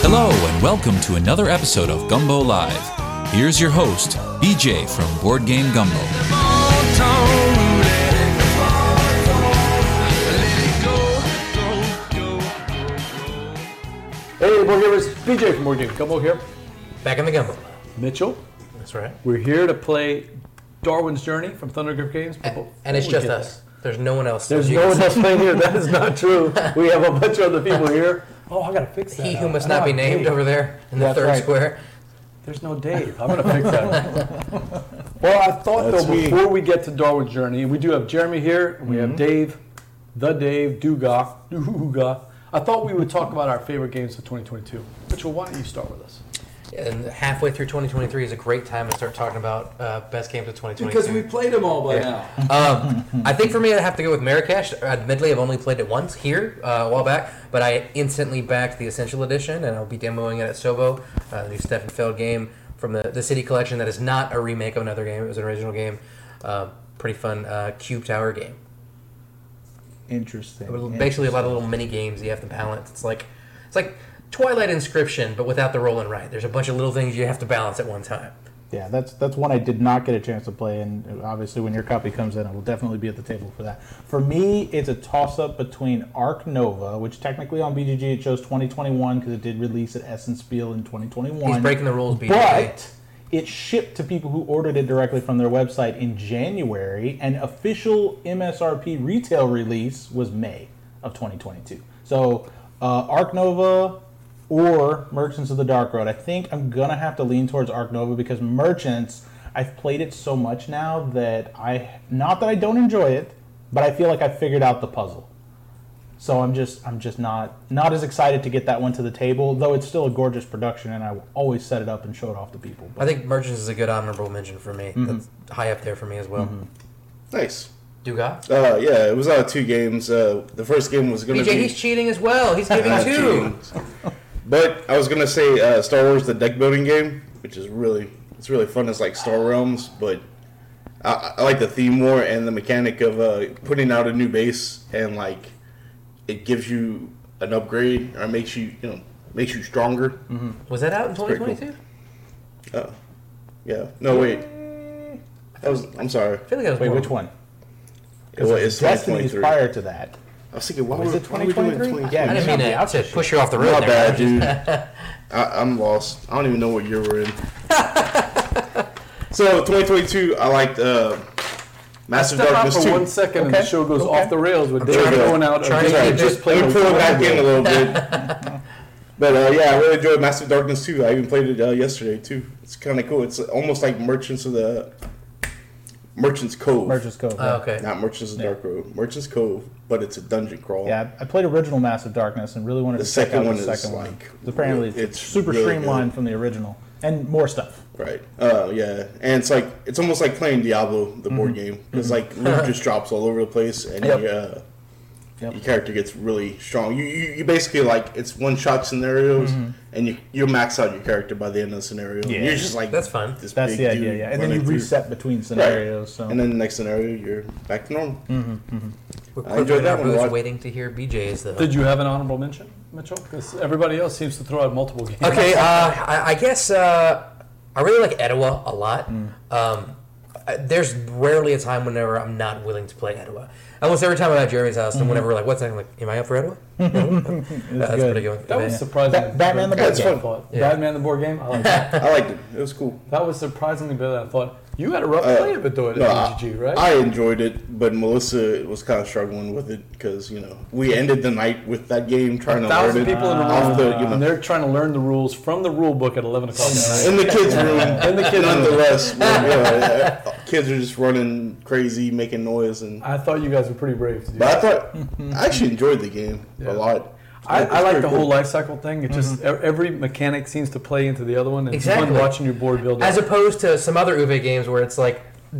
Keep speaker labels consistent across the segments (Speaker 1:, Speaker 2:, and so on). Speaker 1: Hello, and welcome to another episode of Gumbo Live. Here's your host, BJ from Board Game Gumbo.
Speaker 2: Hey, board gamers, BJ from Board Game Gumbo here.
Speaker 3: Back in the gumbo.
Speaker 2: Mitchell,
Speaker 3: That's right.
Speaker 2: we're here to play Darwin's Journey from Thundergriff Games. Before
Speaker 3: And it's
Speaker 2: we
Speaker 3: just
Speaker 2: get
Speaker 3: us. There's no one else.
Speaker 2: there. There's
Speaker 3: You
Speaker 2: no
Speaker 3: can
Speaker 2: one else playing here. That is not true. We have a bunch of other people here. Oh, I gotta fix
Speaker 3: see
Speaker 2: that.
Speaker 3: He who
Speaker 2: up.
Speaker 3: must
Speaker 2: I
Speaker 3: not be
Speaker 2: don't have
Speaker 3: named
Speaker 2: Dave.
Speaker 3: over there in the
Speaker 2: That's
Speaker 3: third
Speaker 2: right.
Speaker 3: square.
Speaker 2: There's no Dave. I'm gonna fix that. up. well, I thought though before we get to Darwin's Journey, we do have Jeremy here, and we have Dave, the Dave Duga, Duga. I thought we would talk about our favorite games of 2022. Mitchell, why don't you start with us?
Speaker 3: And halfway through 2023 is a great time to start talking about uh, best games of 2022.
Speaker 4: Because we played them all by now.
Speaker 3: um, I think for me, I'd have to go with Marrakesh. Admittedly, I've only played it once here uh, a while back, but I instantly backed the Essential Edition, and I'll be demoing it at Sobo, uh, the new Stefan Feld game from the, the City Collection that is not a remake of another game. It was an original game. Uh, pretty fun uh, cube tower game.
Speaker 5: Interesting.
Speaker 3: Well, basically a lot of little mini games you have to balance. It's like it's like Twilight Inscription, but without the roll and write. There's a bunch of little things you have to balance at one time.
Speaker 5: Yeah, that's that's one I did not get a chance to play, and obviously when your copy comes in, I will definitely be at the table for that. For me, it's a toss-up between Arc Nova, which technically on BGG it shows 2021 because it did release at Essen Spiel in 2021.
Speaker 3: He's breaking the rules, BJ.
Speaker 5: But it shipped to people who ordered it directly from their website in January, and official MSRP retail release was May of 2022. So, uh, Arc Nova or Merchants of the Dark Road. I think I'm gonna have to lean towards Arc Nova because Merchants. I've played it so much now that I, not that I don't enjoy it, but I feel like I figured out the puzzle. So I'm just I'm just not not as excited to get that one to the table, though it's still a gorgeous production, and I will always set it up and show it off to people.
Speaker 3: I
Speaker 5: But
Speaker 3: think Merchants is a good honorable mention for me. That's high up there for me as well.
Speaker 6: Nice.
Speaker 3: Duga?
Speaker 6: Uh, yeah, it was out of two games. Uh, the first game was going to
Speaker 3: BJ,
Speaker 6: be.
Speaker 3: he's cheating as well. He's giving
Speaker 6: Ah,
Speaker 3: two.
Speaker 6: cheating. But I was going to say uh, Star Wars: The Deck Building Game, which is really it's really fun. It's like Star Realms, but I, I like the theme more and the mechanic of uh, putting out a new base and like it gives you an upgrade or makes you you know makes you stronger.
Speaker 3: Was that out in
Speaker 6: pretty cool.
Speaker 3: 2022?
Speaker 6: Yeah. No wait. That was, I'm sorry.
Speaker 3: I feel like I was
Speaker 5: wait,
Speaker 3: more-
Speaker 5: which one?
Speaker 6: It was, it's
Speaker 5: Destiny is
Speaker 6: 2023.
Speaker 5: prior to that.
Speaker 6: I was thinking, why
Speaker 5: Was
Speaker 6: were-
Speaker 5: it
Speaker 6: why were we doing
Speaker 5: 2023?
Speaker 6: 2023?
Speaker 5: Yeah,
Speaker 3: I didn't mean to, to push you off the road.
Speaker 6: My
Speaker 3: there.
Speaker 6: bad, dude. I, I'm lost. I don't even know what year we're in. so 2022, I liked uh, Master
Speaker 2: Step out
Speaker 6: Darkness
Speaker 2: for
Speaker 6: 2.
Speaker 2: one second, and the
Speaker 5: Okay.
Speaker 2: show goes
Speaker 5: Okay.
Speaker 2: off the rails with Dave
Speaker 6: trying to-
Speaker 2: going out.
Speaker 3: trying
Speaker 2: or
Speaker 3: to
Speaker 2: Dave
Speaker 3: keep
Speaker 2: just
Speaker 3: it-
Speaker 2: played
Speaker 6: Let me pull it back in a little bit. But uh, yeah, I really enjoyed Master Darkness 2. I even played it uh, yesterday too. It's kind of cool. It's almost like Merchants of the Merchants Cove,
Speaker 5: Merchant's Cove.
Speaker 3: Oh, okay.
Speaker 6: not Merchants of Dark Road. Merchants Cove, but it's a dungeon crawl.
Speaker 5: Yeah, I I played original Mass of Darkness and really wanted
Speaker 6: The
Speaker 5: to check
Speaker 6: second
Speaker 5: out
Speaker 6: one
Speaker 5: the
Speaker 6: is,
Speaker 5: second one.
Speaker 6: like,
Speaker 5: Apparently,
Speaker 6: it's
Speaker 5: it's, super
Speaker 6: really
Speaker 5: streamlined
Speaker 6: good.
Speaker 5: from the original and more stuff.
Speaker 6: Right. Oh yeah, and it's like it's almost like playing Diablo, the board game, because like loot just drops all over the place, and
Speaker 5: Mm-hmm. Yep.
Speaker 6: your, uh,
Speaker 5: Yep.
Speaker 6: your character gets really strong. You, you you basically like it's one shot scenarios, and you you max out your character by the end of the scenario.
Speaker 5: Mm-hmm. Yeah.
Speaker 6: You're just like
Speaker 3: That's fun.
Speaker 6: This
Speaker 5: That's
Speaker 6: big
Speaker 5: the
Speaker 6: dude
Speaker 5: idea, yeah. And then you
Speaker 6: running through.
Speaker 5: reset between
Speaker 6: Right.
Speaker 5: scenarios. So Mm.
Speaker 6: And then the next scenario, you're back to normal.
Speaker 3: We're
Speaker 6: I enjoyed
Speaker 3: quickly in
Speaker 6: that
Speaker 3: our
Speaker 6: one a
Speaker 3: booths
Speaker 6: lot.
Speaker 3: waiting to hear BJ's, though.
Speaker 2: Did you have an honorable mention, Mitchell? Because everybody else seems to throw out multiple games.
Speaker 3: Okay, uh, I, I guess uh, I really like Etowah a lot.
Speaker 5: Mm.
Speaker 3: Um, I, there's rarely a time whenever I'm not willing to play Etowah. Almost every time I'm at Jeremy's house,
Speaker 5: Mm-hmm.
Speaker 3: and whenever we're like, "What's that?" I'm like, "Am I up for Etowah?" No, no. that's
Speaker 5: good.
Speaker 3: pretty good.
Speaker 6: uh,
Speaker 2: That was surprising.
Speaker 5: Ba- Batman the
Speaker 2: better
Speaker 5: board
Speaker 2: than
Speaker 6: game.
Speaker 2: I thought.
Speaker 3: Yeah.
Speaker 2: Batman the board game. I like that.
Speaker 6: I liked it. It was cool.
Speaker 2: that was surprisingly better than I thought. You had a rough
Speaker 6: Uh,
Speaker 2: play of it though at
Speaker 6: no,
Speaker 2: MGG, right?
Speaker 6: I enjoyed it, but Melissa was kind of struggling with it because you know we ended the night with that game trying to learn
Speaker 2: thousand
Speaker 6: it
Speaker 2: people in a room,
Speaker 6: off the you know
Speaker 2: Uh, and they're trying to learn the rules from the rule book at 11 o'clock at night.
Speaker 6: in the kids' room. In the kids' nonetheless, room. yeah, yeah, uh, kids are just running crazy, making noise, and
Speaker 2: I thought you guys were pretty brave to do
Speaker 6: but I
Speaker 2: that.
Speaker 6: thought I actually enjoyed the game
Speaker 2: Yeah.
Speaker 6: a lot.
Speaker 2: I,
Speaker 6: It was
Speaker 2: I like the
Speaker 6: pretty cool. Mm-hmm.
Speaker 2: whole life cycle thing. It just e every mechanic seems to play into the other one. and It's fun
Speaker 3: Exactly.
Speaker 2: watching your board build. up.
Speaker 3: As opposed to some other Uve games where it's like,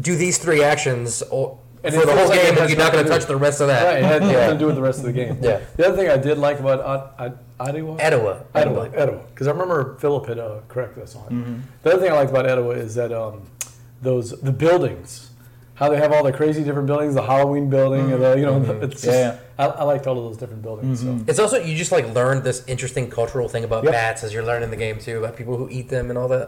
Speaker 3: do these three actions or,
Speaker 2: And it
Speaker 3: for the
Speaker 2: feels
Speaker 3: whole
Speaker 2: like it
Speaker 3: game,
Speaker 2: has
Speaker 3: and you're not
Speaker 2: nothing
Speaker 3: going
Speaker 2: to do.
Speaker 3: to touch the rest of that.
Speaker 2: Right, it had nothing to
Speaker 3: yeah.
Speaker 2: do with the rest of the game.
Speaker 3: Yeah.
Speaker 2: The other thing I did like about Ad- Ad- Adewa.
Speaker 3: Etowah.
Speaker 2: Etowah. Etowah. Because I remember Philip had uh, corrected us on it. The other thing I like about Etowah is that um, those the buildings how they have all the crazy different buildings, the Halloween building, and the you know, the- it's just,
Speaker 5: Yeah.
Speaker 2: I, I liked all of those different buildings. So
Speaker 3: It's also you just like learned this interesting cultural thing about
Speaker 5: Yep.
Speaker 3: bats as you're learning the game too about people who eat them and all that.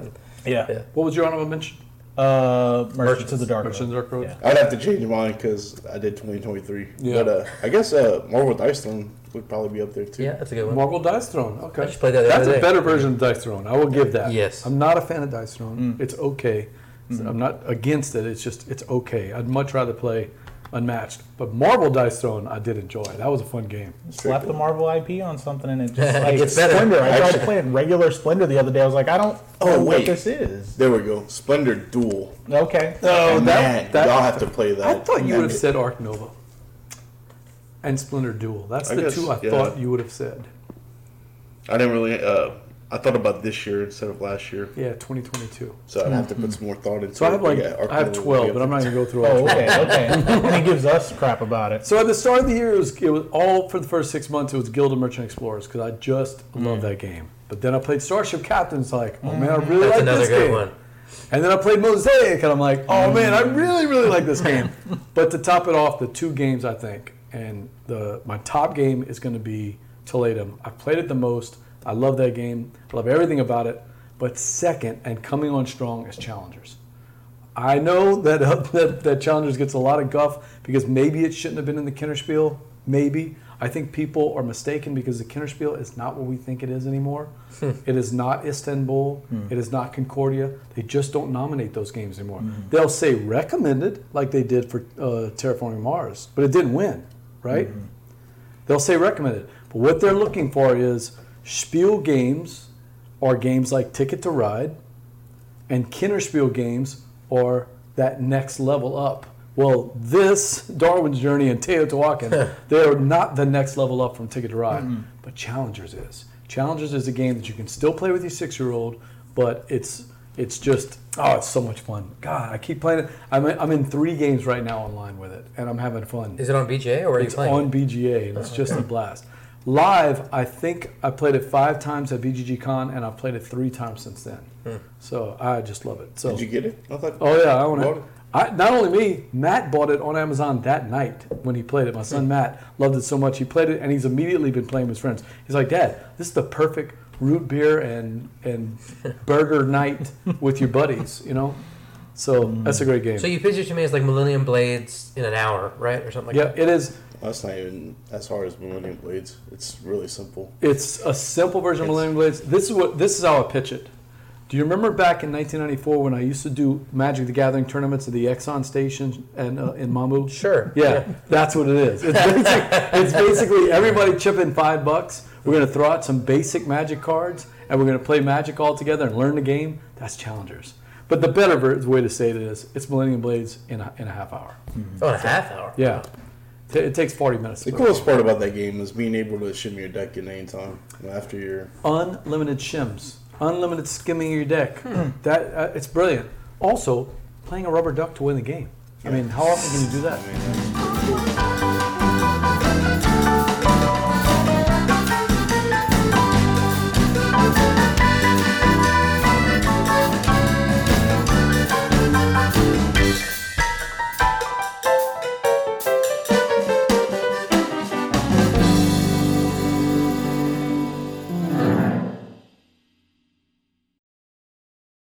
Speaker 5: Yeah.
Speaker 2: what was your honorable mention?
Speaker 5: Uh, Merchants, of the Dark
Speaker 2: Merchants
Speaker 5: Road.
Speaker 2: of the Dark Road.
Speaker 5: Yeah.
Speaker 6: I'd have to change mine because I did 2023.
Speaker 2: Yeah.
Speaker 6: But uh, I guess uh, Marvel Dice Throne would probably be up there too.
Speaker 3: Yeah, that's a good one.
Speaker 2: Marvel Dice Throne. Okay.
Speaker 3: I just played that the
Speaker 2: That's
Speaker 3: other
Speaker 2: a
Speaker 3: day.
Speaker 2: better version of Dice Throne. I will give that.
Speaker 3: Yes.
Speaker 2: I'm not a fan of Dice Throne. It's okay. It's- I'm not against it. It's just it's okay. I'd much rather play Unmatched. But Marvel Dice Throne, I did enjoy. That was a fun game.
Speaker 5: Slap the Marvel IP on something and it just like
Speaker 3: gets better.
Speaker 5: Splendor. I tried
Speaker 6: Actually-
Speaker 5: playing regular Splendor the other day. I was like, I don't
Speaker 6: Oh,
Speaker 5: know what
Speaker 6: wait.
Speaker 5: this is.
Speaker 6: There we go. Splendor Duel.
Speaker 5: Okay.
Speaker 6: Oh,
Speaker 2: that-
Speaker 6: that,
Speaker 2: that-
Speaker 6: y'all have to play that.
Speaker 2: I thought you would have
Speaker 6: That-
Speaker 2: said Arc Nova and Splinter Duel. That's
Speaker 6: I
Speaker 2: the
Speaker 6: guess,
Speaker 2: two I
Speaker 6: yeah.
Speaker 2: thought you would have said.
Speaker 6: I didn't really. Uh, I thought about this year instead of last year,
Speaker 2: Yeah, 2022.
Speaker 6: so I'd have to put some more thought into it.
Speaker 2: So I have like
Speaker 6: but yeah, Arkham
Speaker 2: I have
Speaker 6: would be
Speaker 2: 12,
Speaker 6: up
Speaker 2: but I'm not
Speaker 6: there.
Speaker 2: going to go through all
Speaker 5: Oh,
Speaker 2: 12.
Speaker 5: okay, okay. and he gives us crap about it.
Speaker 2: So at the start of the year, it was, it was all for the first six months. It was Guild of Merchant Explorers because I just
Speaker 3: Mm.
Speaker 2: love that game. But then I played Starship Captains. Like, oh man, I really
Speaker 3: Mm. That's
Speaker 2: like
Speaker 3: another
Speaker 2: this
Speaker 3: good
Speaker 2: game.
Speaker 3: one. Mm.
Speaker 2: And then I played Mosaic, and I'm like, oh man, I really really like this game. but to top it off, the two games I think, and the my top game is going to be Toledum. I played it the most. I love that game. I love everything about it. But second, and coming on strong is Challengers. I know that, uh, that that Challengers gets a lot of guff because maybe it shouldn't have been in the Kinderspiel. Maybe I think people are mistaken because the Kinderspiel is not what we think it is anymore. it is not Istanbul. It is not Concordia. They just don't nominate those games anymore. They'll say recommended like they did for uh, Terraforming Mars, but it didn't win, right? They'll say recommended. But what they're looking for is Spiel games or games like Ticket to Ride and Kinderspiel games are that next level up. Well, this Darwin's Journey and Teotihuacan, they are not the next level up from Ticket to Ride, but Challengers is. Challengers is a game that you can still play with your six-year-old, but it's it's just oh, it's so much fun. God, I keep playing it. I'm in, I'm in three games right now online with it, and I'm having fun.
Speaker 3: Is it on BJ or are you
Speaker 2: It's
Speaker 3: playing?
Speaker 2: on BGA, and it's just a blast. Live, I think I played it five times at BGG Con, and I've played it three times since then. So I just love it. So,
Speaker 6: Hmm. Did you get it? I thought.
Speaker 2: oh yeah, I own
Speaker 6: Bought
Speaker 2: it.
Speaker 6: it?
Speaker 2: I, not only me, Matt bought it on Amazon that night when he played it. My
Speaker 6: Hmm.
Speaker 2: son Matt loved it so much he played it, and he's immediately been playing with his friends. He's like, Dad, this is the perfect root beer and and burger night with your buddies, you know. So
Speaker 6: Hmm.
Speaker 2: that's a great game.
Speaker 3: So you picture to me as like Millennium Blades in an hour, right, or something like
Speaker 2: yeah,
Speaker 3: that.
Speaker 2: it is.
Speaker 6: That's not even as hard as Millennium Blades. It's really simple.
Speaker 2: It's a simple version of Millennium Blades. This is what this is how I pitch it. Do you remember back in 1994 when I used to do Magic the Gathering tournaments at the Exxon station and uh, in Mamu?
Speaker 3: Sure.
Speaker 2: Yeah, that's what it is. It's basically, it's basically everybody chip in five bucks. We're going to throw out some basic Magic cards, and we're going to play Magic all together and learn the game. That's Challengers. But the better ver- way to say it is, it's Millennium Blades in a, in a half hour.
Speaker 3: Oh, in a half hour.
Speaker 2: Yeah, T- it takes 40 minutes. to
Speaker 6: The
Speaker 2: play.
Speaker 6: coolest part about that game is being able to shim your deck at any time after your.
Speaker 2: unlimited shims, unlimited skimming your deck. That uh, it's brilliant. Also, playing a rubber duck to win the game. I mean, how often can you do that?
Speaker 6: I mean, that's pretty cool.